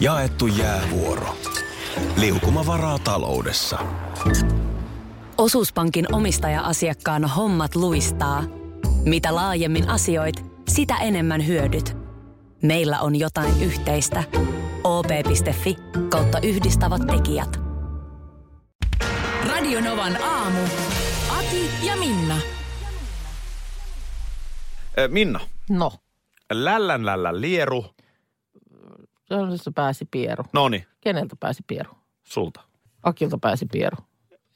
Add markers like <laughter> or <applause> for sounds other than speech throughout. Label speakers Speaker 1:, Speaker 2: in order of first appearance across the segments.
Speaker 1: Jaettu jäävuoro. Liukuma varaa taloudessa.
Speaker 2: Osuuspankin omistaja-asiakkaan hommat luistaa. Mitä laajemmin asioit, sitä enemmän hyödyt. Meillä on jotain yhteistä. op.fi kautta yhdistävät tekijät.
Speaker 3: Radionovan aamu. Ati ja Minna.
Speaker 4: Ö, Äh, Minna,
Speaker 5: No,
Speaker 4: lällän lällän lieru.
Speaker 5: jossa pääsi Pieru.
Speaker 4: Noni,
Speaker 5: Keneltä pääsi Pieru?
Speaker 4: sulta.
Speaker 5: Akilta pääsi Pieru.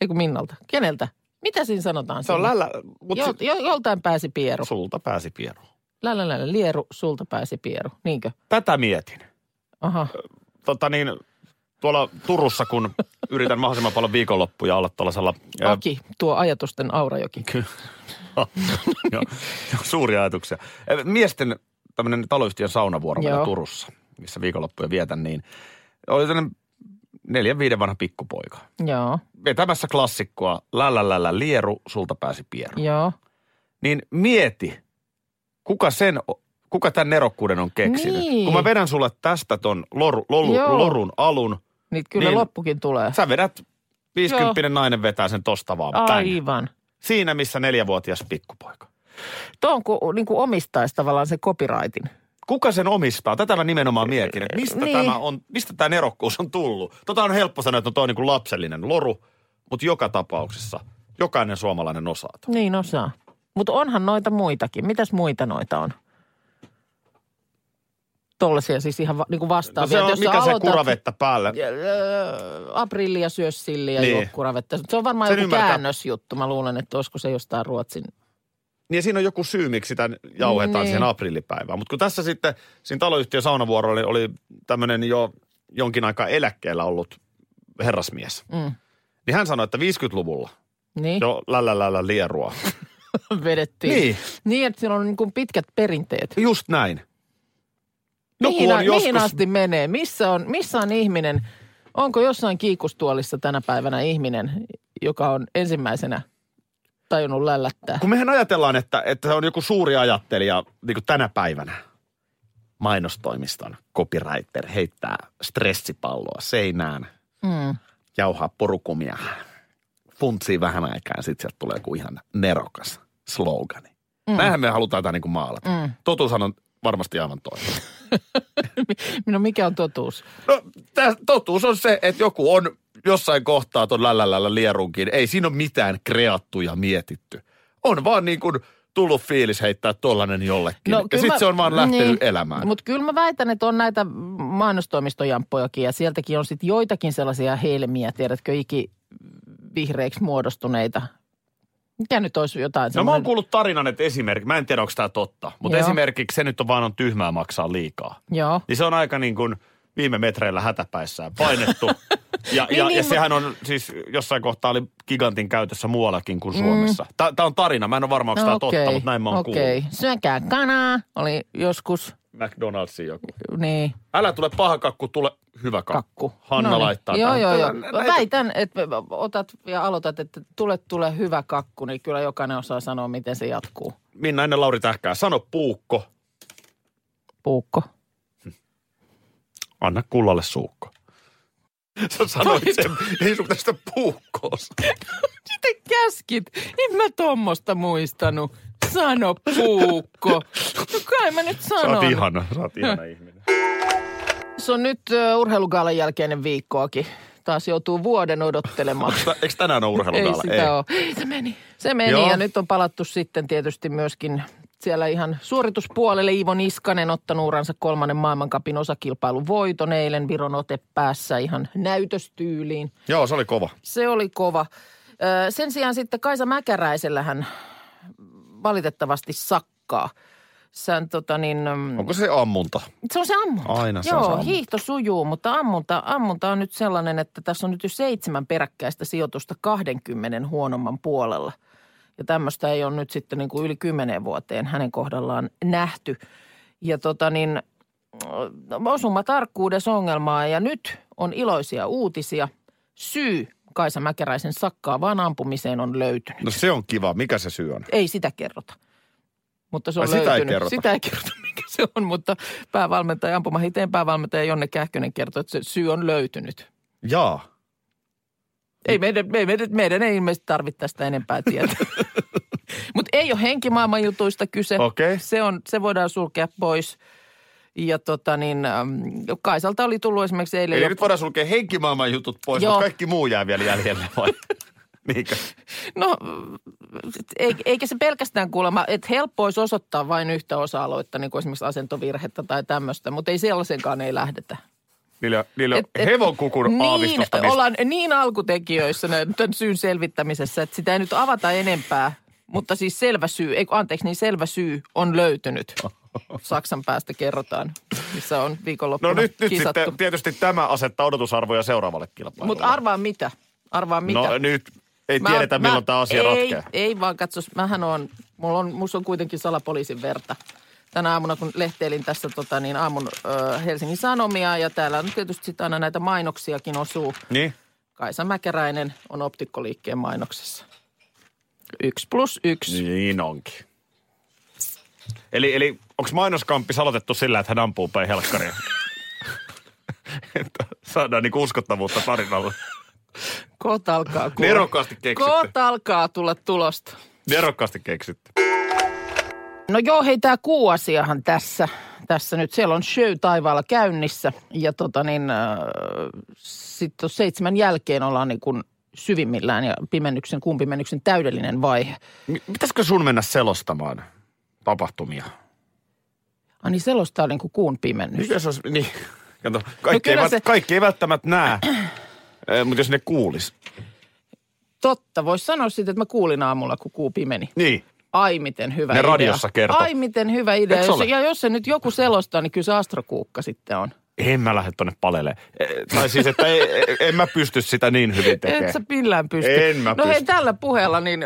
Speaker 5: Eikö Minnalta? Keneltä? Mitä siinä sanotaan?
Speaker 4: Se on
Speaker 5: siinä?
Speaker 4: lällä, mutta
Speaker 5: jo, jo, joltain pääsi Pieru.
Speaker 4: sulta pääsi pieru.
Speaker 5: Lällä, lällä, lieru, sulta pääsi Pieru. Niinkö?
Speaker 4: Tätä mietin.
Speaker 5: Aha.
Speaker 4: Tota niin, tuolla Turussa, kun yritän mahdollisimman paljon viikonloppuja olla tuollaisella... äh, ö,
Speaker 5: Aki, tuo ajatusten aurajoki.
Speaker 4: <laughs> Joo, suuria ajatuksia. Äh, Miesten tämmöinen taloyhtiön saunavuoro meillä
Speaker 5: Joo.
Speaker 4: Turussa, missä viikonloppuja vietän, niin oli tämmöinen neljän viiden vanha pikkupoika.
Speaker 5: Joo,
Speaker 4: Vetämässä klassikkoa, lällä lällä lieru, sulta pääsi pieru.
Speaker 5: joo.
Speaker 4: Niin mieti, kuka sen, o- kuka tämän nerokkuuden on keksinyt.
Speaker 5: Niin.
Speaker 4: Kun mä vedän sulle tästä ton lor, lolu,
Speaker 5: Joo.
Speaker 4: lorun alun,
Speaker 5: Niitä kyllä
Speaker 4: Niin.
Speaker 5: niin. loppukin tulee.
Speaker 4: sä vedät, 50 nainen vetää sen tosta vaan tänne.
Speaker 5: Aivan.
Speaker 4: Siinä, missä neljävuotias pikkupoika.
Speaker 5: Tuo on kuin, niin kuin omistaisi tavallaan sen copyrightin.
Speaker 4: kuka sen omistaa? Tätä mä nimenomaan mietin, että mistä,
Speaker 5: Niin.
Speaker 4: tämä, on, mistä tämä nerokkuus on tullut. Tota on helppo sanoa, että no toi on niin kuin lapsellinen loru, mutta joka tapauksessa jokainen suomalainen osaa. ton.
Speaker 5: Niin osaa. Mutta onhan noita muitakin. Mitäs muita noita on? Tollaisia siis ihan va, niin kuin
Speaker 4: No
Speaker 5: vastaavia.
Speaker 4: se
Speaker 5: Et
Speaker 4: on,
Speaker 5: jos sä
Speaker 4: mikä se
Speaker 5: aloitat-
Speaker 4: kuravettä päällä?
Speaker 5: Ja, öö, aprillia syö silliä
Speaker 4: Niin.
Speaker 5: niin. juo kuravetta. Se on varmaan
Speaker 4: Sen
Speaker 5: Sen joku
Speaker 4: ymmärtää.
Speaker 5: käännösjuttu. Mä luulen, että olisiko se jostain ruotsin.
Speaker 4: Niin siinä on joku syy, miksi sitä jauhetaan
Speaker 5: Niin.
Speaker 4: siihen aprillipäivään. Mutta kun tässä sitten, siinä taloyhtiön saunavuorolla niin oli, oli tämmöinen jo jonkin aikaa eläkkeellä ollut herrasmies.
Speaker 5: Mm.
Speaker 4: Niin hän sanoi, että 50-luvulla
Speaker 5: Niin,
Speaker 4: jo lällälällä lierua.
Speaker 5: <laughs> vedettiin.
Speaker 4: Niin.
Speaker 5: niin, että siellä on niin kuin pitkät perinteet.
Speaker 4: Just näin. Joku
Speaker 5: mihin,
Speaker 4: on
Speaker 5: a-
Speaker 4: joskus-
Speaker 5: mihin asti menee? Missä on, missä on ihminen? Onko jossain kiikustuolissa tänä päivänä ihminen, joka on ensimmäisenä tajunnut lällättää?
Speaker 4: Kun mehän ajatellaan, että, että se on joku suuri ajattelija niin kuin tänä päivänä mainostoimiston copywriter heittää stressipalloa seinään,
Speaker 5: Mm.
Speaker 4: jauhaa porukumia, funtsii vähän aikaa ja sitten sieltä tulee joku ihan nerokas slogani. Mm. Näinhän me halutaan tämä niin kuin maalata. Mm.
Speaker 5: Mm.
Speaker 4: Totuushan on varmasti aivan toinen.
Speaker 5: No mikä on totuus?
Speaker 4: No, tää, totuus on se, että joku on jossain kohtaa ton lällälällä lierunkin. Ei siinä ole mitään kreattu ja mietitty. On vaan niin kuin tullut fiilis heittää tollanen jollekin. No, ja sitten se on vaan lähtenyt niin, elämään. Mut...
Speaker 5: Mutta kyllä mä väitän, että on näitä mainostoimistojamppojakin ja sieltäkin on sitten joitakin sellaisia helmiä, tiedätkö, iki vihreiksi muodostuneita. Mikä nyt olisi
Speaker 4: No
Speaker 5: jotain
Speaker 4: mä oon
Speaker 5: semmoinen-
Speaker 4: kuullut tarinan, että esimerkiksi, mä en tiedä onko tämä totta, mutta
Speaker 5: Joo.
Speaker 4: esimerkiksi se nyt on vaan on tyhmää maksaa liikaa.
Speaker 5: Joo.
Speaker 4: Niin se on aika niin kuin viime metreillä hätäpäissään
Speaker 5: <laughs>
Speaker 4: painettu. Ja, ja,
Speaker 5: niin,
Speaker 4: ja
Speaker 5: mut-
Speaker 4: sehän on siis jossain kohtaa oli gigantin käytössä muuallakin kuin Suomessa. Mm. Tämä on tarina, mä en ole varma, onko no, tämä totta,
Speaker 5: okei,
Speaker 4: mutta näin mä oon
Speaker 5: Okei, syökää kanaa, oli joskus,
Speaker 4: kuullut. McDonaldsin joku.
Speaker 5: niin,
Speaker 4: Älä tule paha kakku, tule hyvä kakku.
Speaker 5: kakku.
Speaker 4: Hanna
Speaker 5: Noniin.
Speaker 4: laittaa
Speaker 5: Joo,
Speaker 4: tähän.
Speaker 5: joo, joo.
Speaker 4: Näitä-
Speaker 5: Väitän, että otat ja aloitat, että tule, tule hyvä kakku, niin kyllä jokainen osaa sanoa, miten se jatkuu.
Speaker 4: Minna ennen Lauri Tähkää, sano puukko,
Speaker 5: Puukko.
Speaker 4: anna kullalle
Speaker 5: <laughs>
Speaker 4: suukko. Sä sanoit sen, <laughs> ei sun tästä puukkoa. sanoa.
Speaker 5: Mitä käskit? En mä tommosta muistanut. Sano puukko. No kai mä nyt
Speaker 4: Sä oot
Speaker 5: sanon.
Speaker 4: ihana, sä oot
Speaker 5: <laughs>
Speaker 4: ihana ihminen.
Speaker 5: Se on nyt uh, urheilugaalan jälkeinen viikkoakin. Taas joutuu vuoden odottelemaan.
Speaker 4: Tä- Eikö tänään ole
Speaker 5: Ei
Speaker 4: <laughs> urheilugaala?
Speaker 5: sitä ole. Ei, se meni. Se meni
Speaker 4: Joo.
Speaker 5: ja nyt on palattu sitten tietysti myöskin siellä ihan suorituspuolelle. Iivo Niskanen ottanut uransa kolmannen maailmankapin osakilpailun voiton eilen Viron ote päässä ihan näytöstyyliin.
Speaker 4: Joo, se oli kova.
Speaker 5: Se oli kova. Ö, Sen sijaan sitten Kaisa Mäkäräisellähän valitettavasti sakkaa. Sän, tota niin, mm,
Speaker 4: Onko se ammunta?
Speaker 5: se on se ammunta.
Speaker 4: Aina se on
Speaker 5: Joo,
Speaker 4: se ammunta.
Speaker 5: hiihto sujuu, mutta ammunta, ammunta on nyt sellainen, että tässä on nyt jo seitsemän peräkkäistä sijoitusta 20 huonomman puolella. Ja tämmöistä ei ole nyt sitten niin kuin yli kymmeneen vuoteen hänen kohdallaan nähty. Ja tota niin, osuma tarkkuudesongelmaa ja nyt on iloisia uutisia. Syy Kaisa Mäkeräisen sakkaavaan ampumiseen on löytynyt.
Speaker 4: No se on kiva, mikä se syy on?
Speaker 5: Ei sitä kerrota. Mutta se on
Speaker 4: Ai, sitä ei
Speaker 5: löytynyt.
Speaker 4: kerrota.
Speaker 5: Sitä ei kerrota, <laughs> mikä se on, mutta päävalmentaja, ampumahiteen päävalmentaja Jonne Kähkönen kertoi, että se syy on löytynyt.
Speaker 4: Jaa.
Speaker 5: Ei meidän, me- meidän, meidän ei ilmeisesti tarvitse tästä enempää
Speaker 4: <laughs>
Speaker 5: tietoa. Mutta ei ole henkimaailman jutuista kyse.
Speaker 4: Okei.
Speaker 5: Se, on, se voidaan sulkea pois. Ja tota niin, äm, Kaisalta oli tullut esimerkiksi eilen
Speaker 4: Eli
Speaker 5: jo-
Speaker 4: nyt voidaan sulkea henkimaailman jutut pois,
Speaker 5: Joo.
Speaker 4: mutta kaikki muu jää vielä jäljelle vai? <laughs> Niinkö?
Speaker 5: No, ei- eikä se pelkästään kuulemma, että helppo olisi osoittaa vain yhtä osa-aluetta, niin kuin esimerkiksi asentovirhettä tai tämmöistä, mutta ei sellaisenkaan ei lähdetä.
Speaker 4: Niillä, niillä
Speaker 5: Et- et-
Speaker 4: on hevonkukun
Speaker 5: Niin,
Speaker 4: aavistusta. mistä-
Speaker 5: ollaan niin alkutekijöissä näin tämän syyn selvittämisessä, että sitä ei nyt avata enempää, mutta siis selvä syy, ei, kun anteeksi, niin selvä syy
Speaker 4: <laughs>
Speaker 5: on löytynyt. Saksan päästä kerrotaan, missä on
Speaker 4: No
Speaker 5: viikonloppuna
Speaker 4: nyt, nyt
Speaker 5: kisattu.
Speaker 4: sitten tietysti tämä asettaa odotusarvoja seuraavalle kilpailulle.
Speaker 5: Mutta arvaa mitä, arvaa mitä.
Speaker 4: No nyt ei tiedetä, milloin tämä asia
Speaker 5: ei,
Speaker 4: ratkeaa.
Speaker 5: Ei vaan, katsos, mähän on, mulla on, musta on kuitenkin salapoliisin verta. Tänä aamuna, kun lehteilin tässä tota, niin aamun ö, Helsingin Sanomia ja täällä on tietysti sit aina näitä mainoksiakin osuu.
Speaker 4: Niin?
Speaker 5: Kaisa Mäkeräinen on optikkoliikkeen mainoksessa. Yksi plus yksi.
Speaker 4: Niin onkin. Eli, eli onko mainoskamppi salotettu sillä, että hän ampuu päin <laughs> helkkaria? Että saadaan niinku uskottavuutta tarinalle.
Speaker 5: Koot alkaa kuulla.
Speaker 4: Nerokkaasti keksitty.
Speaker 5: Koot alkaa tulla tulosta.
Speaker 4: Nerokkaasti keksitty.
Speaker 5: No joo, hei tämä kuuasiahan tässä, tässä nyt. Siellä on show taivaalla käynnissä ja tota niin, äh, sitten seitsemän jälkeen ollaan niin kuin syvimmillään ja pimennyksen, kuun pimennyksen täydellinen vaihe.
Speaker 4: Pitäisikö sun mennä selostamaan tapahtumia?
Speaker 5: Ai niin selostaa niin kuin kuun pimennys.
Speaker 4: Mikä se olisi? Niin. Kato, kaikki,
Speaker 5: kyllä
Speaker 4: no ei,
Speaker 5: se-
Speaker 4: se... kaikki ei välttämättä näe, Eh, mutta jos ne kuulis.
Speaker 5: Totta, voisi sanoa sitten, että mä kuulin aamulla, kun kuu pimeni.
Speaker 4: Niin.
Speaker 5: Ai miten hyvä
Speaker 4: Ne
Speaker 5: idea.
Speaker 4: radiossa kertoo.
Speaker 5: Ai miten hyvä idea.
Speaker 4: Eks
Speaker 5: Jos,
Speaker 4: ole?
Speaker 5: ja jos se nyt joku selostaa, niin kyllä se astrokuukka sitten on.
Speaker 4: En mä lähde tonne palelle. Eh, Tai siis, että ei, ei- en mä pysty sitä niin hyvin tekemään.
Speaker 5: Et sä millään pysty.
Speaker 4: En mä
Speaker 5: no hei,
Speaker 4: pysty.
Speaker 5: tällä puheella, niin,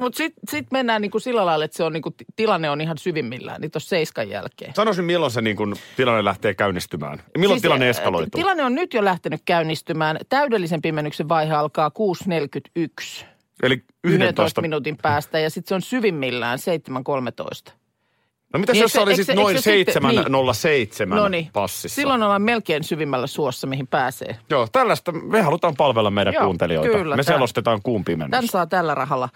Speaker 5: mutta sitten sit mennään niinku sillä lailla, että se on niinku, tilanne on ihan syvimmillään, niin tuossa seiskan jälkeen.
Speaker 4: Sanoisin, milloin se niin kun, tilanne lähtee käynnistymään. Milloin siis, tilanne
Speaker 5: äh,
Speaker 4: eskaloituu? Tila...
Speaker 5: Tilanne on nyt jo lähtenut käynnistymään. Täydellisen pimennyksen vaihe alkaa 6.41,
Speaker 4: Eli
Speaker 5: 11
Speaker 4: 11.
Speaker 5: minuutin päästä, ja sitten se on syvimmillään 7.13.
Speaker 4: No mitäs
Speaker 5: Niin,
Speaker 4: jos se
Speaker 5: eikö
Speaker 4: oli
Speaker 5: se-
Speaker 4: sitten
Speaker 5: eikö se-
Speaker 4: noin
Speaker 5: eikö se sitten- niin.
Speaker 4: 707
Speaker 5: No
Speaker 4: niin.
Speaker 5: niin,
Speaker 4: passissa?
Speaker 5: silloin ollaan melkein syvimmällä suossa, mihin pääsee.
Speaker 4: Joo, tällaista me halutaan palvella meidän
Speaker 5: Joo,
Speaker 4: kuuntelijoita.
Speaker 5: kyllä,
Speaker 4: me
Speaker 5: tää-
Speaker 4: selostetaan kumpi mennessä.
Speaker 5: Tän saa tällä rahalla,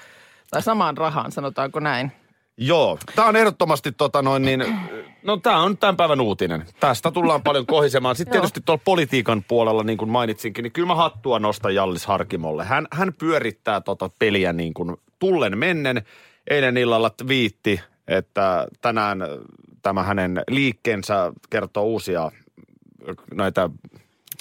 Speaker 5: tai samaan rahaan, sanotaanko näin.
Speaker 4: Joo, tämä on ehdottomasti tota noin niin, no tämä on tämän päivän uutinen. Tästä tullaan paljon kohisemaan. Sitten
Speaker 5: Joo.
Speaker 4: tietysti tuolla politiikan puolella, niin kuin mainitsinkin, niin kyllä mä hattua nostan Jallis Harkimolle. Hän, hän pyörittää tota peliä niin kuin tullen mennen. Eilen illalla twiitti, että tänään tämä hänen liikkeensä kertoo uusia näitä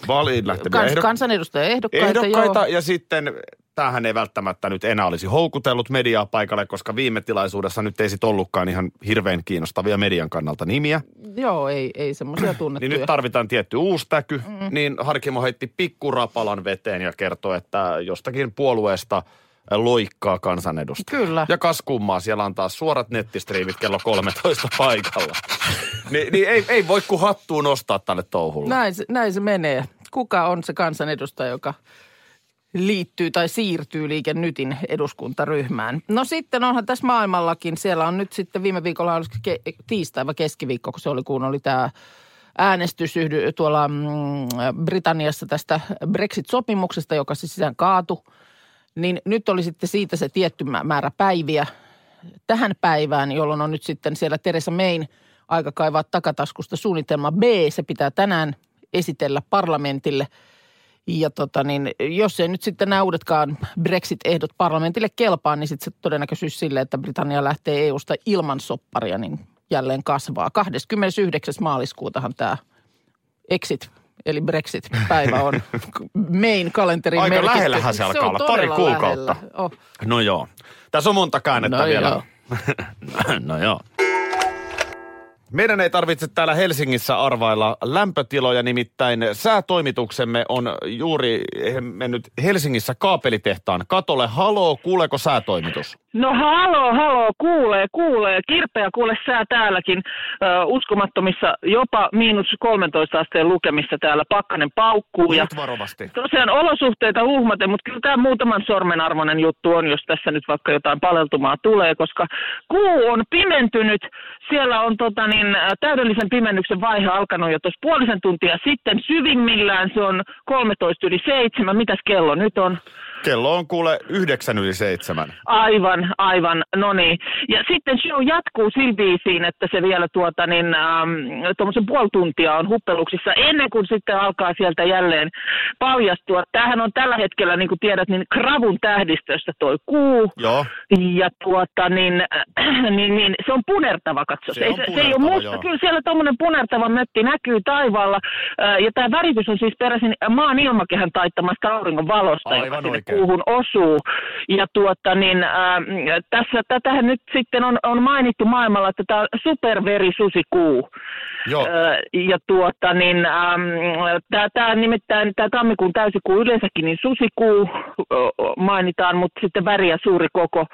Speaker 4: vaaliin lähteviä
Speaker 5: Kans,
Speaker 4: ehdok-
Speaker 5: kansanedustajan ehdokkaita,
Speaker 4: ehdokkaita.
Speaker 5: joo.
Speaker 4: ja sitten tämähän ei välttämättä nyt enää olisi houkutellut mediaa paikalle, koska viime tilaisuudessa nyt ei sit ollutkaan ihan hirveän kiinnostavia median kannalta nimiä.
Speaker 5: Joo, ei, ei semmoisia tunnettuja.
Speaker 4: Niin nyt tarvitaan tietty uusi täky. Mm. Niin Harkimo heitti pikkurapalan veteen ja kertoi, että jostakin puolueesta loikkaa kansanedustaja.
Speaker 5: Kyllä.
Speaker 4: Ja kas kummaa, siellä on taas suorat nettistriimit kello 13 paikalla. <laughs> Ni, niin ei, ei voi kuin hattuun nostaa tälle touhulle.
Speaker 5: näin, se, näin se menee. Kuka on se kansanedustaja, joka liittyy tai siirtyy Liike Nytin eduskuntaryhmään? No sitten onhan tässä maailmallakin, siellä on nyt sitten viime viikolla, olisiko ke- tiistai vai keskiviikko, kun se oli, kun oli tämä äänestys yhdy- tuolla mm, Britanniassa tästä Brexit-sopimuksesta, joka se sisään kaatu. Niin nyt oli sitten siitä se tietty mä- määrä päiviä tähän päivään, jolloin on nyt sitten siellä Teresa Mayn aika kaivaa takataskusta suunnitelma B. Se pitää tänään esitellä parlamentille. Ja tota niin, jos ei nyt sitten nämä uudetkaan Brexit-ehdot parlamentille kelpaa, niin sitten se todennäköisyys sille, että Britannia lähtee EU-sta ilman sopparia, niin jälleen kasvaa. 29. maaliskuutahan tämä exit, eli Brexit-päivä
Speaker 4: <laughs>
Speaker 5: on main kalenterin
Speaker 4: Aika
Speaker 5: merkitty.
Speaker 4: lähellähän se alkaa
Speaker 5: on
Speaker 4: olla, pari
Speaker 5: todella
Speaker 4: kuukautta.
Speaker 5: lähellä. Oh.
Speaker 4: No joo. Tässä on monta käännettä
Speaker 5: No
Speaker 4: vielä. <laughs>
Speaker 5: joo.
Speaker 4: no joo. Meidän ei tarvitse täällä Helsingissä arvailla lämpötiloja, nimittäin säätoimituksemme on juuri mennyt Helsingissä kaapelitehtaan katolle. Haloo, kuuleeko säätoimitus?
Speaker 5: No haloo, haloo, kuulee, kuulee. Kirpeä kuule sää täälläkin ö, uskomattomissa jopa miinus 13 asteen lukemissa täällä. Pakkanen paukkuu ja
Speaker 4: Nyt varovasti.
Speaker 5: tosiaan olosuhteita uhmaten, mutta kyllä tämä muutaman sormen arvoinen juttu on, jos tässä nyt vaikka jotain paleltumaa tulee, koska kuu on pimentynyt. Siellä on tota niin, ä, täydellisen pimennyksen vaihe alkanut jo tuossa puolisen tuntia sitten. Syvimmillään se on 13 yli 7. Mitäs kello nyt on?
Speaker 4: Kello on kuule yhdeksän yli seitsemän.
Speaker 5: Aivan, aivan, no niin. Ja sitten show jatkuu sillä biisiin, että se vielä tuota niin, ähm, tuommoisen puoli tuntia on huppeluksissa ennen kuin sitten alkaa sieltä jälleen paljastua. Tämähän on tällä hetkellä, niin kuin tiedät, niin kravun tähdistössä toi kuu.
Speaker 4: Joo.
Speaker 5: Ja tuota, niin, äh, <clears throat> niin, niin, se on punertava, katso.
Speaker 4: Se
Speaker 5: ei,
Speaker 4: on
Speaker 5: se, se ei ole
Speaker 4: punertava,
Speaker 5: musta.
Speaker 4: joo.
Speaker 5: Kyllä siellä tuommoinen punertava mötti näkyy taivaalla. Äh, Ja tämä väritys on siis peräisin maan ilmakehän taittamasta auringon valosta,
Speaker 4: Aivan
Speaker 5: joka sinne
Speaker 4: oikein.
Speaker 5: kuuhun osuu. Ja tuota, niin, äh, tässä, tätähän nyt sitten on, on mainittu maailmalla, että tämä on superverisusikuu.
Speaker 4: Joo.
Speaker 5: Ö, ja tuota, niin, ähm, tämä nimittäin, tämä tammikuun täysikuu yleensäkin, niin susikuu ö, ö, mainitaan, mutta sitten väri ja suuri koko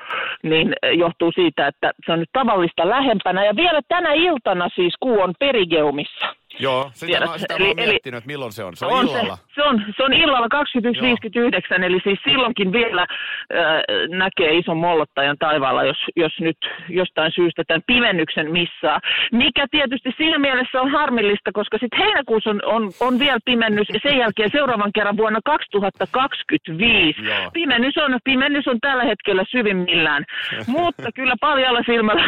Speaker 5: niin ö, johtuu siitä, että se on nyt tavallista lähempänä. Ja vielä tänä iltana siis kuu on perigeumissa.
Speaker 4: Joo, sitä
Speaker 5: Tiedät,
Speaker 4: mä, sitä mä
Speaker 5: eli-
Speaker 4: oon
Speaker 5: eli-
Speaker 4: miettinyt, että milloin se on. Se on, illalla.
Speaker 5: Se, se, on, se on illalla 21.59, eli siis silloinkin vielä äh, näkee ison mollottajan taivaalla, jos, jos nyt jostain syystä tämän pimennyksen missaa. Mikä tietysti siinä mielessä on harmillista, koska sitten heinäkuussa on, on, on vielä pimennys, ja sen jälkeen seuraavan kerran vuonna 2025.
Speaker 4: Joo.
Speaker 5: Pimennys on, pimennys on tällä hetkellä
Speaker 4: <laughs>
Speaker 5: syvimmillään, mutta kyllä paljalla silmällä...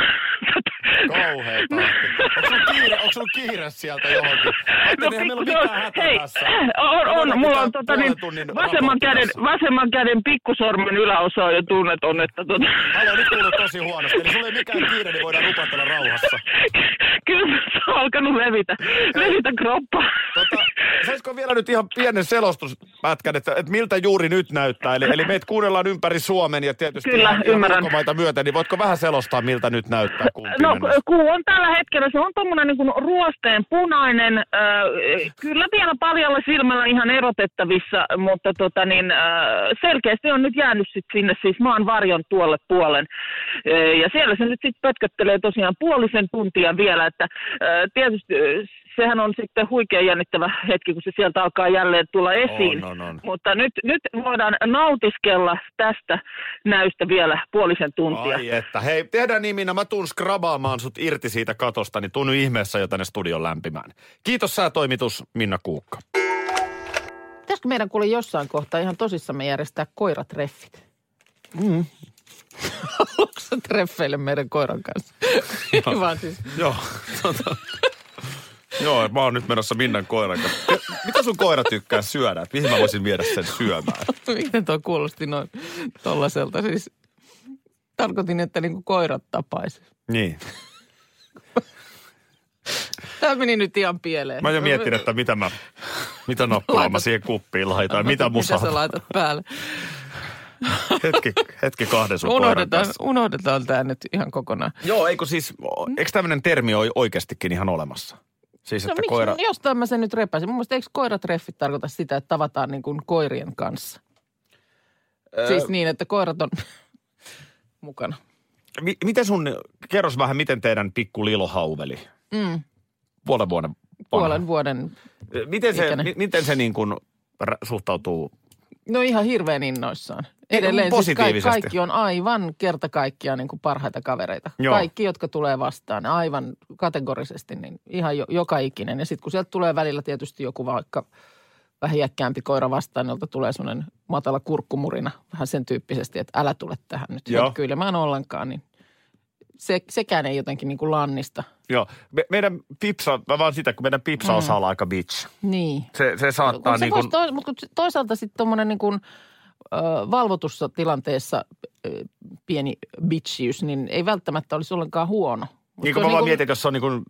Speaker 4: Kauhea tahti. Onko sulla kiire, onko sulla kiire sieltä johonkin? Ajattelin, eihän meillä ole
Speaker 5: pikku-
Speaker 4: mitään hätää
Speaker 5: No hei,
Speaker 4: tässä.
Speaker 5: on,
Speaker 4: Meillä
Speaker 5: on, mulla
Speaker 4: pitää
Speaker 5: on tota, niin,
Speaker 4: puolen tunnin
Speaker 5: vasemman,
Speaker 4: raportti
Speaker 5: käden,
Speaker 4: tässä.
Speaker 5: vasemman käden pikkusormen yläosa on jo tunnet on, että tota,
Speaker 4: Halo, nyt kuuluu tosi huonosti. Eli sulla ei mikään kiire, niin voidaan rupatella rauhassa.
Speaker 5: <laughs> kyllä se on alkanut levitä, levitä kroppa.
Speaker 4: Tota, saisiko vielä nyt ihan pienen selostuspätkän, että, että miltä juuri nyt näyttää? Eli, eli meitä kuunnellaan ympäri Suomen ja tietysti
Speaker 5: Kyllä,
Speaker 4: ihan- ihan
Speaker 5: ymmärrän.
Speaker 4: ulkomaita myöten, niin voitko vähän selostaa, miltä nyt näyttää kumpi
Speaker 5: No
Speaker 4: mennessä?
Speaker 5: kuu on tällä hetkellä, se on tuommoinen niin ruosteen punainen, äh, kyllä vielä paljalla silmällä ihan erotettavissa, mutta tota, niin, äh, selkeästi on nyt jäänyt sit sinne siis maan varjon tuolle puolen. Äh, ja siellä se nyt sitten pötköttelee tosiaan puolisen tuntia vielä, että äh, tietysti äh, sehän on sitten huikean jännittävä hetki, kun se sieltä alkaa jälleen tulla esiin.
Speaker 4: on, on.
Speaker 5: Mutta nyt, nyt voidaan nautiskella tästä näystä vielä puolisen tuntia.
Speaker 4: Ai että, hei, tehdään niin Minna, mä tuun skrabaamaan sut irti siitä katosta, niin tuun nyt ihmeessä jo tänne studion lämpimään. Kiitos sää toimitus Minna Kuukka.
Speaker 6: Pitäisikö meidän kuule jossain kohtaa ihan tosissamme järjestää koiratreffit? Mm. Haluatko sä treffeille meidän koiran kanssa? Ei <laughs> vaan siis.
Speaker 4: Joo, tota. Joo, mä oon nyt menossa Minnan koiran kanssa. Mitä sun koira tykkää syödä? Et Mihin mä voisin viedä sen syömään?
Speaker 6: Miten tuo kuulosti noin tollaselta? Siis tarkoitin, että niinku koirat tapaisi.
Speaker 4: Niin.
Speaker 6: Tämä meni nyt ihan pieleen.
Speaker 4: Mä jo mietin, että mitä mä, mitä nappulaa mä siihen kuppiin laitan, mitä musaa.
Speaker 6: Mitä sä laitat päälle?
Speaker 4: Hetki, hetki kahden sun koiran
Speaker 6: Unohdetaan,
Speaker 4: kanssa.
Speaker 6: unohdetaan tämä nyt ihan kokonaan.
Speaker 4: Joo, eikö siis, o- eikö tämmöinen termi ole oikeastikin ihan olemassa? Siis,
Speaker 6: No
Speaker 4: että
Speaker 6: miksi,
Speaker 4: koira...
Speaker 6: jostain mä sen nyt repäsin. Mun mielestä eikö koiratreffit tarkoita sitä, että tavataan niin kuin koirien kanssa? Öö... Siis niin, että koirat on <laughs> mukana.
Speaker 4: Mi- miten sun, kerros vähän, miten teidän pikku lilohauveli,
Speaker 6: Mm,
Speaker 4: puolen vuoden vanha. Eh,
Speaker 6: puolen vuoden.
Speaker 4: Miten se,
Speaker 6: ikäinen.
Speaker 4: mi- miten se niin kuin rä- suhtautuu?
Speaker 6: No ihan hirveän innoissaan.
Speaker 4: Ei,
Speaker 6: Edelleen
Speaker 4: Niin, positiivisesti.
Speaker 6: Siis kaikki, kaikki on aivan kerta kaikkiaan niin kuin parhaita kavereita.
Speaker 4: Joo.
Speaker 6: Kaikki, jotka tulee vastaan aivan kategorisesti, niin ihan jo, joka ikinen. Ja sitten kun sieltä tulee välillä tietysti joku vaikka vähän iäkkäämpi koira vastaan, jolta tulee semmoinen matala kurkkumurina vähän sen tyyppisesti, että älä tule tähän nyt
Speaker 4: Joo.
Speaker 6: kyylemään ollenkaan, niin se, sekään ei jotenkin niin kuin lannista.
Speaker 4: Joo, me, meidän pipsa, mä vaan sitä, kun meidän pipsa mm. saa olla aika bitch.
Speaker 6: Niin.
Speaker 4: Se, se saattaa
Speaker 6: Mut se
Speaker 4: niin
Speaker 6: vois
Speaker 4: kuin...
Speaker 6: tois- mut kun toisaalta sitten tuommoinen niin kuin, ö, valvotussa tilanteessa ö, pieni bitchiys, niin ei välttämättä olisi ollenkaan huono. Mut
Speaker 4: Niin
Speaker 6: se
Speaker 4: kuin
Speaker 6: on
Speaker 4: mä vaan
Speaker 6: niinku-
Speaker 4: mietin, että jos se on niin kuin,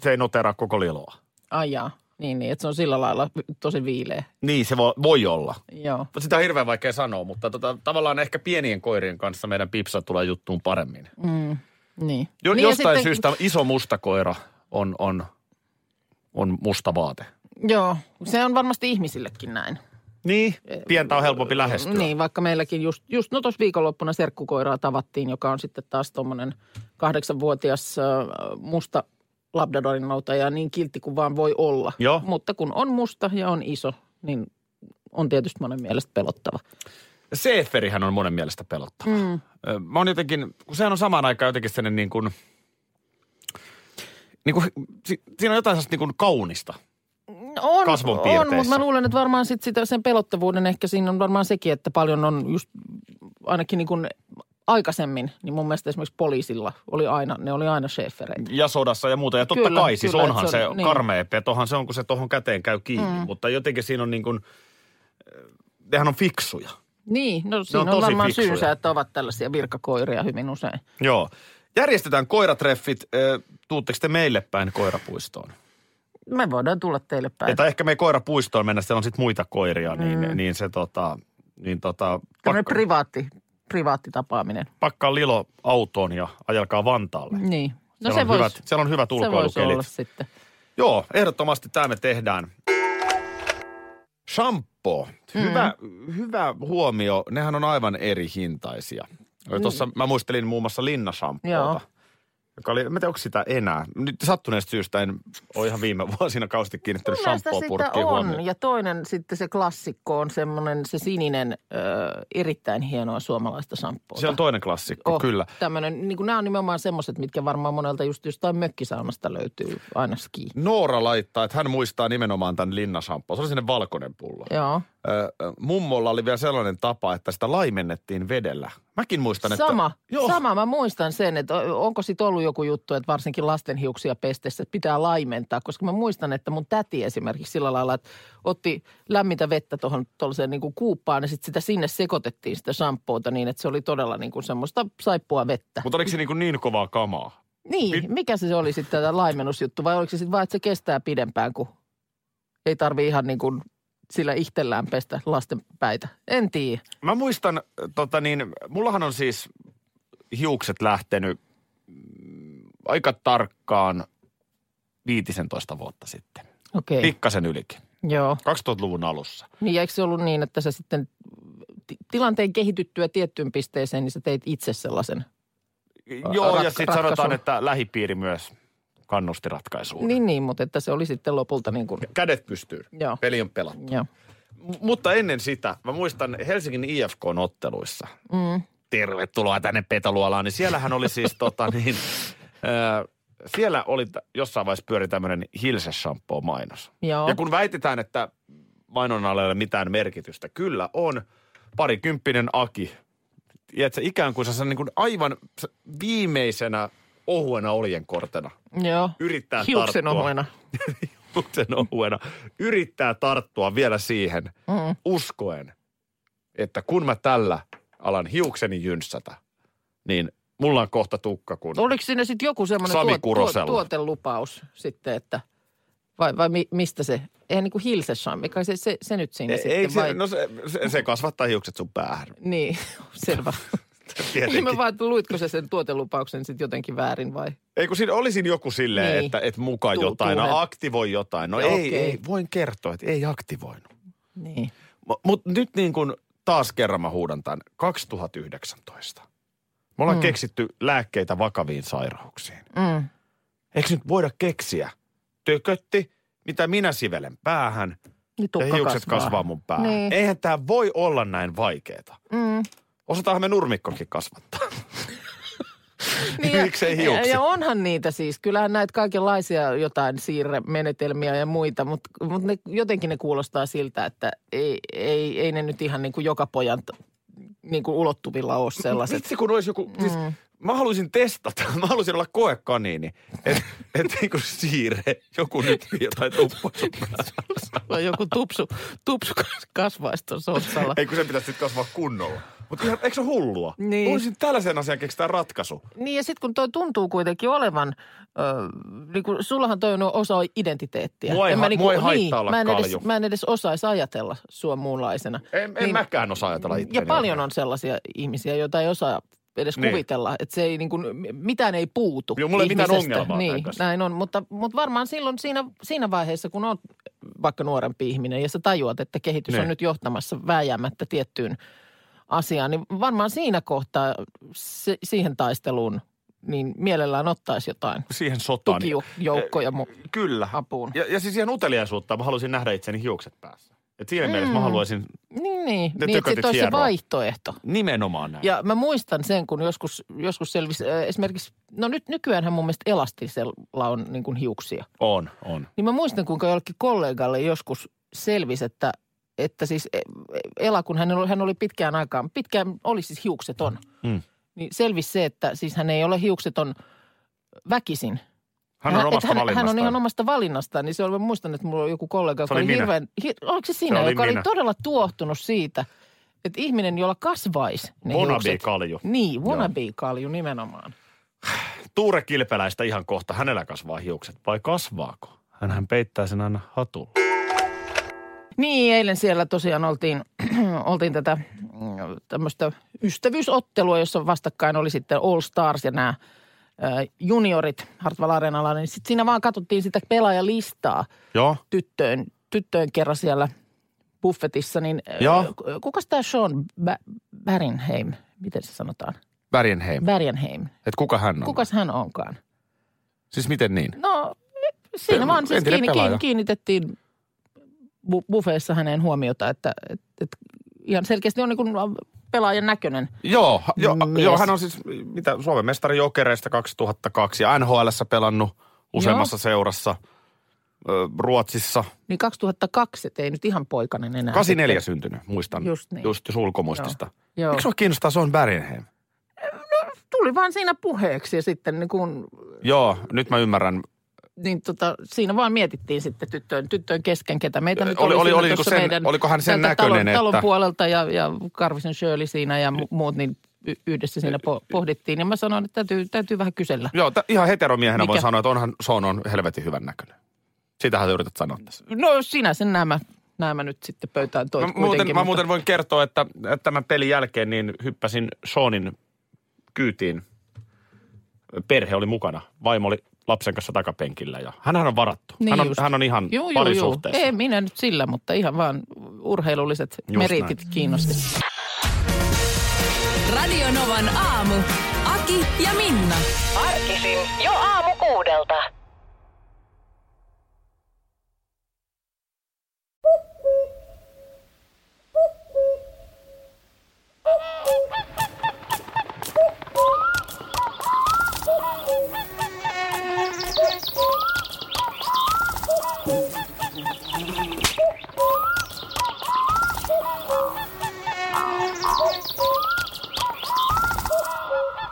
Speaker 4: se ei noteraa koko liloa.
Speaker 6: Ai jaa, niin, niin, että se on sillä lailla tosi viileä.
Speaker 4: Niin, se voi, voi olla.
Speaker 6: Joo.
Speaker 4: Sitä on hirveän vaikea sanoa, mutta tota, tavallaan ehkä pienien koirien kanssa meidän pipsa tulee juttuun paremmin.
Speaker 6: Niin.
Speaker 4: Jo,
Speaker 6: Mm. niin
Speaker 4: niin
Speaker 6: ja
Speaker 4: jostain
Speaker 6: sitten-
Speaker 4: syystä iso musta koira on, on, on musta vaate.
Speaker 6: Joo, se on varmasti ihmisillekin näin.
Speaker 4: Niin, pientä on helpompi lähestyä.
Speaker 5: Niin, vaikka meilläkin just, just no tuossa viikonloppuna serkkukoiraa tavattiin, joka on sitten taas tuommoinen kahdeksanvuotias äh, musta labdadorin noutaja niin kiltti kuin vaan voi olla.
Speaker 4: Joo.
Speaker 5: Mutta kun on musta ja on iso, niin on tietysti monen mielestä pelottava.
Speaker 4: Seeferihän on monen mielestä pelottava. Mm. Mä oon jotenkin, kun sehän on samaan aikaan jotenkin sellainen niin kuin, niin kuin, si, siinä on jotain sellaista niin kuin kaunista.
Speaker 5: No On,
Speaker 4: Kasvon
Speaker 5: on
Speaker 4: piirteissä.
Speaker 5: mutta mä luulen, että varmaan sit sitä, sen pelottavuuden ehkä siinä on varmaan sekin, että paljon on just ainakin niin kuin aikaisemmin, niin mun mielestä esimerkiksi poliisilla oli aina, ne oli aina schäfereitä.
Speaker 4: Ja sodassa ja muuta. Ja totta
Speaker 5: Kyllä,
Speaker 4: kyllä, kai, siis
Speaker 5: kyllä,
Speaker 4: onhan
Speaker 5: että
Speaker 4: se,
Speaker 5: se
Speaker 4: on,
Speaker 5: on-
Speaker 4: se
Speaker 5: niin.
Speaker 4: karmea petohan se on, kun se tohon käteen käy kiinni. Mm. Mutta jotenkin siinä on niin kuin, äh, nehän on fiksuja.
Speaker 5: Niin, no siinä on,
Speaker 4: tosi
Speaker 5: varmaan
Speaker 4: fiksuja.
Speaker 5: syynsä, että ovat tällaisia virkakoiria hyvin usein.
Speaker 4: Joo. Järjestetään koiratreffit. Ö, Tuutteko te meille päin koirapuistoon?
Speaker 5: Me voidaan tulla teille päin.
Speaker 4: Että ehkä me ei koirapuistoon mennä, siellä on sitten muita koiria, niin, mm. niin se tota, niin tota,
Speaker 5: Tämmöinen
Speaker 4: pakka,
Speaker 5: privaatti, privaatti tapaaminen.
Speaker 4: pakkaa Lilo autoon ja ajelkaa Vantaalle.
Speaker 5: Niin. No
Speaker 4: Siellä
Speaker 5: se,
Speaker 4: on
Speaker 5: vois,
Speaker 4: hyvät- siellä on hyvät
Speaker 5: se voisi
Speaker 4: ulkoilukelit.
Speaker 5: olla sitten.
Speaker 4: Joo, ehdottomasti tämä me tehdään. Shampoo.
Speaker 5: Mm.
Speaker 4: Hyvä, hyvä huomio. Nehän on aivan eri hintaisia. Tuossa mä muistelin muun muassa
Speaker 5: Mm. Joo.
Speaker 4: linnashampoota, joka oli, mä tiedä, onko sitä enää. Nyt sattuneesta syystä en ole ihan viime <laughs> vuosina kausti kiinnittänyt
Speaker 5: Mun mielestä sitä
Speaker 4: shampoopurkkiin
Speaker 5: on.
Speaker 4: huomioon.
Speaker 5: Ja toinen sitten se klassikko on semmoinen, se sininen, ö, erittäin hienoa suomalaista samppuota.
Speaker 4: Se on toinen klassikko, oh. kyllä.
Speaker 5: Tämmönen, niin kuin nämä on nimenomaan semmoiset, mitkä varmaan monelta just jostain mökkisaunasta löytyy aina ski.
Speaker 4: Noora laittaa, että hän muistaa nimenomaan tämän linnashampoon. Se oli sinne valkoinen pullo.
Speaker 5: Joo.
Speaker 4: Ö, ö, mummolla oli vielä sellainen tapa, että sitä laimennettiin vedellä. Mäkin muistan, että...
Speaker 5: Sama,
Speaker 4: Joo.
Speaker 5: sama. Mä muistan sen, että o- onko sit ollut joku juttu, että varsinkin lasten hiuksia pestessä että pitää laimentaa, koska mä muistan, että mun täti esimerkiksi sillä lailla, että otti lämmintä vettä tuohon tuollaiseen niin kuin kuuppaan ja sitten sitä sinne sekoitettiin sitä shampoota niin, että se oli todella niin kuin semmoista saippua vettä.
Speaker 4: Mutta oliko se niin, kuin niin kovaa kamaa?
Speaker 5: Niin, mikä se oli sitten tämä laimennusjuttu vai oliko se sitten vaan, että se kestää pidempään, kun ei tarvi ihan niin kuin sillä ihtellään pestä lasten päitä. En tiedä.
Speaker 4: Mä muistan, tota niin, mullahan on siis hiukset lähtenyt mm, aika tarkkaan 15 vuotta sitten.
Speaker 5: Okei,
Speaker 4: Pikkasen ylikin.
Speaker 5: joo.
Speaker 4: 2000-luvun alussa.
Speaker 5: Niin ja eikö se ollut niin, että sä sitten ti- tilanteen kehityttyä tiettyyn pisteeseen, niin sä teit itse sellaisen?
Speaker 4: Joo,
Speaker 5: rak-
Speaker 4: ja sitten
Speaker 5: ratkaisu.
Speaker 4: sanotaan, että lähipiiri myös kannusti ratkaisuun.
Speaker 5: Niin, niin, mutta että se oli sitten lopulta niin kuin,
Speaker 4: Kädet pystyyn.
Speaker 5: Joo.
Speaker 4: Peli on pelattu.
Speaker 5: joo.
Speaker 4: M- mutta ennen sitä, mä muistan Helsingin IFK-otteluissa. Mm. Tervetuloa tänne Petoluolaan. Niin siellähän oli
Speaker 5: <laughs>
Speaker 4: siis tota niin, ö, siellä oli t- jossain vaiheessa pyöri tämmöinen Hilse-shampoo-mainos.
Speaker 5: Joo.
Speaker 4: Ja kun väitetään, että mainonnalla ei ole mitään merkitystä, kyllä on. Parikymppinen Aki. Tiedätkö, ikään kuin se niin kuin aivan se viimeisenä ohuena oljenkortena
Speaker 5: joo.
Speaker 4: yrittää
Speaker 5: Hiuksen
Speaker 4: tarttua
Speaker 5: ohuena.
Speaker 4: sen ohuena, yrittää tarttua vielä siihen,
Speaker 5: Mm-hmm.
Speaker 4: mm. uskoen, että kun mä tällä alan hiukseni jynssätä, niin mulla on kohta tukka kun...
Speaker 5: Oliko siinä sitten joku semmoinen
Speaker 4: Sami
Speaker 5: tuot, tuot,
Speaker 4: Kurosella.
Speaker 5: tuotelupaus sitten, että vai, vai mi, mistä se? Eihän niin kuin hilsessaan, mikä se, se, se nyt siinä sitten
Speaker 4: se,
Speaker 5: vai?
Speaker 4: no se, se, se kasvattaa hiukset sun päähän,
Speaker 5: Niin, <laughs> selvä. Ei
Speaker 4: tietenkin.
Speaker 5: Niin mä vaan, luitko sä sen tuotelupauksen sitten jotenkin väärin vai?
Speaker 4: Ei kun siinä oli siinä joku silleen,
Speaker 5: Niin.
Speaker 4: että et muka
Speaker 5: Tu-
Speaker 4: jotain, no
Speaker 5: tuulet.
Speaker 4: aktivoi jotain. No
Speaker 5: Joo,
Speaker 4: ei,
Speaker 5: okei.
Speaker 4: ei, voin kertoa, että ei aktivoinut.
Speaker 5: Niin.
Speaker 4: Mutta nyt niin kuin taas kerran mä huudan tämän, 2019. Me ollaan mm. keksitty lääkkeitä vakaviin sairauksiin.
Speaker 5: Mm.
Speaker 4: Eikö nyt voida keksiä tökötti, mitä minä sivelen päähän
Speaker 5: Niin
Speaker 4: ja
Speaker 5: tukka
Speaker 4: hiukset kasvaa, mun päähän.
Speaker 5: Niin.
Speaker 4: Eihän tämä voi olla näin vaikeeta.
Speaker 5: Mm.
Speaker 4: Osataanhan me nurmikkokin kasvattaa.
Speaker 5: <laughs>
Speaker 4: <laughs>
Speaker 5: Niin, ja-
Speaker 4: Miksei
Speaker 5: ja,
Speaker 4: hiukset?
Speaker 5: ja onhan niitä siis. Kyllähän näitä kaikenlaisia jotain siirremenetelmiä ja muita, mutta, mutta ne, jotenkin ne kuulostaa siltä, että ei, ei, ei ne nyt ihan niin kuin joka pojan t- niin kuin ulottuvilla ole <laughs> sellaiset.
Speaker 4: Vitsi kun olisi joku,
Speaker 5: Mm.
Speaker 4: siis mä haluaisin testata, <laughs> mä haluaisin olla koekaniini. Että et niinku siirre joku nyt jotain
Speaker 5: <laughs>
Speaker 4: tuppoisu
Speaker 5: Vai joku tupsu, tupsu <laughs> kas- kasvaisi tuossa otsalla.
Speaker 4: Ei kun sen pitäisi sitten kasvaa kunnolla. Mutta ihan, eikö se hullua?
Speaker 5: Niin.
Speaker 4: Voisin tällaisen asian keksitään ratkaisu.
Speaker 5: Niin ja sitten kun toi tuntuu kuitenkin olevan, ö, niin kun, sullahan toi on osa identiteettiä.
Speaker 4: Mua ei
Speaker 5: En
Speaker 4: ha-
Speaker 5: niin
Speaker 4: mua ei
Speaker 5: kuin-
Speaker 4: haittaa olla
Speaker 5: mä en,
Speaker 4: kalju.
Speaker 5: edes, mä en edes osaisi ajatella sua muunlaisena.
Speaker 4: En, en niin.
Speaker 5: Niin-
Speaker 4: mäkään osaa ajatella
Speaker 5: Ja
Speaker 4: itseäni.
Speaker 5: paljon on sellaisia ihmisiä, joita ei osaa edes
Speaker 4: Niin.
Speaker 5: niin. kuvitella, että se ei niin kuin, mitään ei puutu
Speaker 4: Joo, mulla ei mitään
Speaker 5: ihmisestä.
Speaker 4: ongelmaa tämän
Speaker 5: Niin,
Speaker 4: kanssa.
Speaker 5: näin on, mutta, mutta varmaan silloin siinä, siinä vaiheessa, kun on vaikka nuorempi ihminen ja sä tajuat, että kehitys
Speaker 4: Niin.
Speaker 5: on nyt johtamassa vääjäämättä tiettyyn asiaan, niin varmaan siinä kohtaa se, siihen taisteluun niin mielellään ottaisi jotain
Speaker 4: Siihen sotaan. niin
Speaker 5: tukijoukkoja mu-
Speaker 4: Kyllä.
Speaker 5: apuun.
Speaker 4: Ja, ja siis ihan uteliaisuutta mä haluaisin nähdä itseni hiukset päässä. Et siinä mm. mielessä mä haluaisin
Speaker 5: Niin,
Speaker 4: Ne
Speaker 5: niin. niin että
Speaker 4: tykötit
Speaker 5: sitten olisi se
Speaker 4: hieroa.
Speaker 5: vaihtoehto.
Speaker 4: nimenomaan näin.
Speaker 5: Ja mä muistan sen, kun joskus, joskus selvisi äh, esimerkiksi, no nyt nykyäänhän mun mielestä elastisella on niin kuin hiuksia.
Speaker 4: On, on.
Speaker 5: Niin mä muistan, kuinka jollekin kollegalle joskus selvisi, että, että siis e- e- Ela, kun hän oli, hän oli pitkään aikaan, pitkään oli siis hiukseton.
Speaker 4: Mm.
Speaker 5: Niin selvisi se, että siis hän ei ole hiukseton väkisin.
Speaker 4: Hän on omasta
Speaker 5: että hän,
Speaker 4: valinnastaan.
Speaker 5: hän on ihan omasta valinnastaan, niin se oli, mä muistan, että mulla oli joku kollega,
Speaker 4: Se
Speaker 5: joka
Speaker 4: oli
Speaker 5: oli,
Speaker 4: minä.
Speaker 5: hirveän, hir, oliko se siinä,
Speaker 4: oli
Speaker 5: joka
Speaker 4: minä.
Speaker 5: oli todella tuohtunut siitä, että ihminen, jolla kasvaisi ne
Speaker 4: Wannabe
Speaker 5: hiukset.
Speaker 4: kalju.
Speaker 5: Niin, wannabe-kalju nimenomaan.
Speaker 4: Tuure Kilpeläistä ihan kohta. Hänellä kasvaa hiukset. Vai kasvaako? Hänhän peittää sen aina hatulla.
Speaker 5: Niin, eilen siellä tosiaan oltiin, <clears throat> oltiin tätä mm, tämmöistä ystävyysottelua, jossa vastakkain oli sitten All Stars ja nämä ö, juniorit Hartwall Areenalla. Niin sitten siinä vaan katsottiin sitä pelaajalistaa
Speaker 4: Joo.
Speaker 5: tyttöön, tyttöön kerran siellä buffetissa. Niin, ö,
Speaker 4: Joo.
Speaker 5: k- kukas tämä Sean Bä- Bärenheim, miten se sanotaan?
Speaker 4: Värjenheim.
Speaker 5: Bärenheim.
Speaker 4: Et kuka hän on?
Speaker 5: Kukas hän onkaan?
Speaker 4: Siis miten niin?
Speaker 5: No, siinä vaan siis
Speaker 4: entinen
Speaker 5: kiinni,
Speaker 4: pelaaja.
Speaker 5: kiinni, kiinnitettiin bu- buffeissa häneen huomiota, että, että, että ihan selkeästi on niin kuin pelaajan näköinen.
Speaker 4: Joo, ha- jo,
Speaker 5: Mies.
Speaker 4: joo, hän on siis mitä, Suomen mestari Jokereista 2002 ja nhl pelannut useammassa joo. seurassa, ö, Ruotsissa.
Speaker 5: Niin 2002, et ei nyt ihan poikainen enää.
Speaker 4: 84 syntynyt, muistan.
Speaker 5: Just niin.
Speaker 4: Just ulkomuistista.
Speaker 5: Joo.
Speaker 4: Miksi sua kiinnostaa Sean Bärenheim?
Speaker 5: Tuli vaan siinä puheeksi ja sitten niin kuin,
Speaker 4: Joo, nyt mä ymmärrän.
Speaker 5: niin tota, siinä vaan mietittiin sitten tyttöön, tyttöön kesken, ketä meitä nyt
Speaker 4: Oli-
Speaker 5: oli,
Speaker 4: oli-
Speaker 5: siinä
Speaker 4: oliko
Speaker 5: tuossa
Speaker 4: sen-
Speaker 5: meidän,
Speaker 4: oliko hän sen
Speaker 5: tältä talon,
Speaker 4: näköinen,
Speaker 5: talon
Speaker 4: että-
Speaker 5: puolelta ja, ja Karvisen Shirley siinä ja mu- muut, niin y- yhdessä siinä po- pohdittiin. Ja mä sanoin, että täytyy, täytyy vähän kysellä.
Speaker 4: Joo, t- ihan heteromiehenä voi
Speaker 5: Mikä?
Speaker 4: sanoa, että onhan Sean on helvetin hyvän näköinen. Sitähän sä yrität sanoa tässä.
Speaker 5: No sinä sen nämä, nämä nyt sitten pöytään toit
Speaker 4: Mä
Speaker 5: kuitenkin.
Speaker 4: muuten, mä
Speaker 5: mutta-
Speaker 4: muuten voin kertoa, että että tämän pelin jälkeen niin hyppäsin Seanin kyytiin. Perhe oli mukana. Vaimo oli lapsen kanssa takapenkillä ja hänhän on varattu.
Speaker 5: Niin
Speaker 4: hän, on,
Speaker 5: just.
Speaker 4: hän on ihan
Speaker 5: Juu, juu,
Speaker 4: parisuhteessa.
Speaker 5: Juu. Ei minä nyt sillä, mutta ihan vaan urheilulliset
Speaker 4: Just
Speaker 5: Just meritit kiinnosti.
Speaker 2: Radionovan aamu. Aki ja Minna.
Speaker 7: Arkisin jo aamu kuudelta.